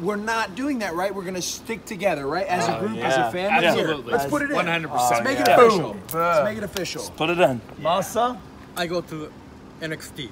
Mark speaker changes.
Speaker 1: We're not doing that, right? We're going to stick together, right? As a group, as
Speaker 2: Oh, yeah.
Speaker 1: a family.
Speaker 2: Absolutely.
Speaker 1: Here, Let's put it in.
Speaker 2: 100%.
Speaker 1: Let's make it
Speaker 2: Yeah.
Speaker 1: official. Let's make it official.
Speaker 2: Put it in.
Speaker 3: Masa?
Speaker 4: I go to NXT.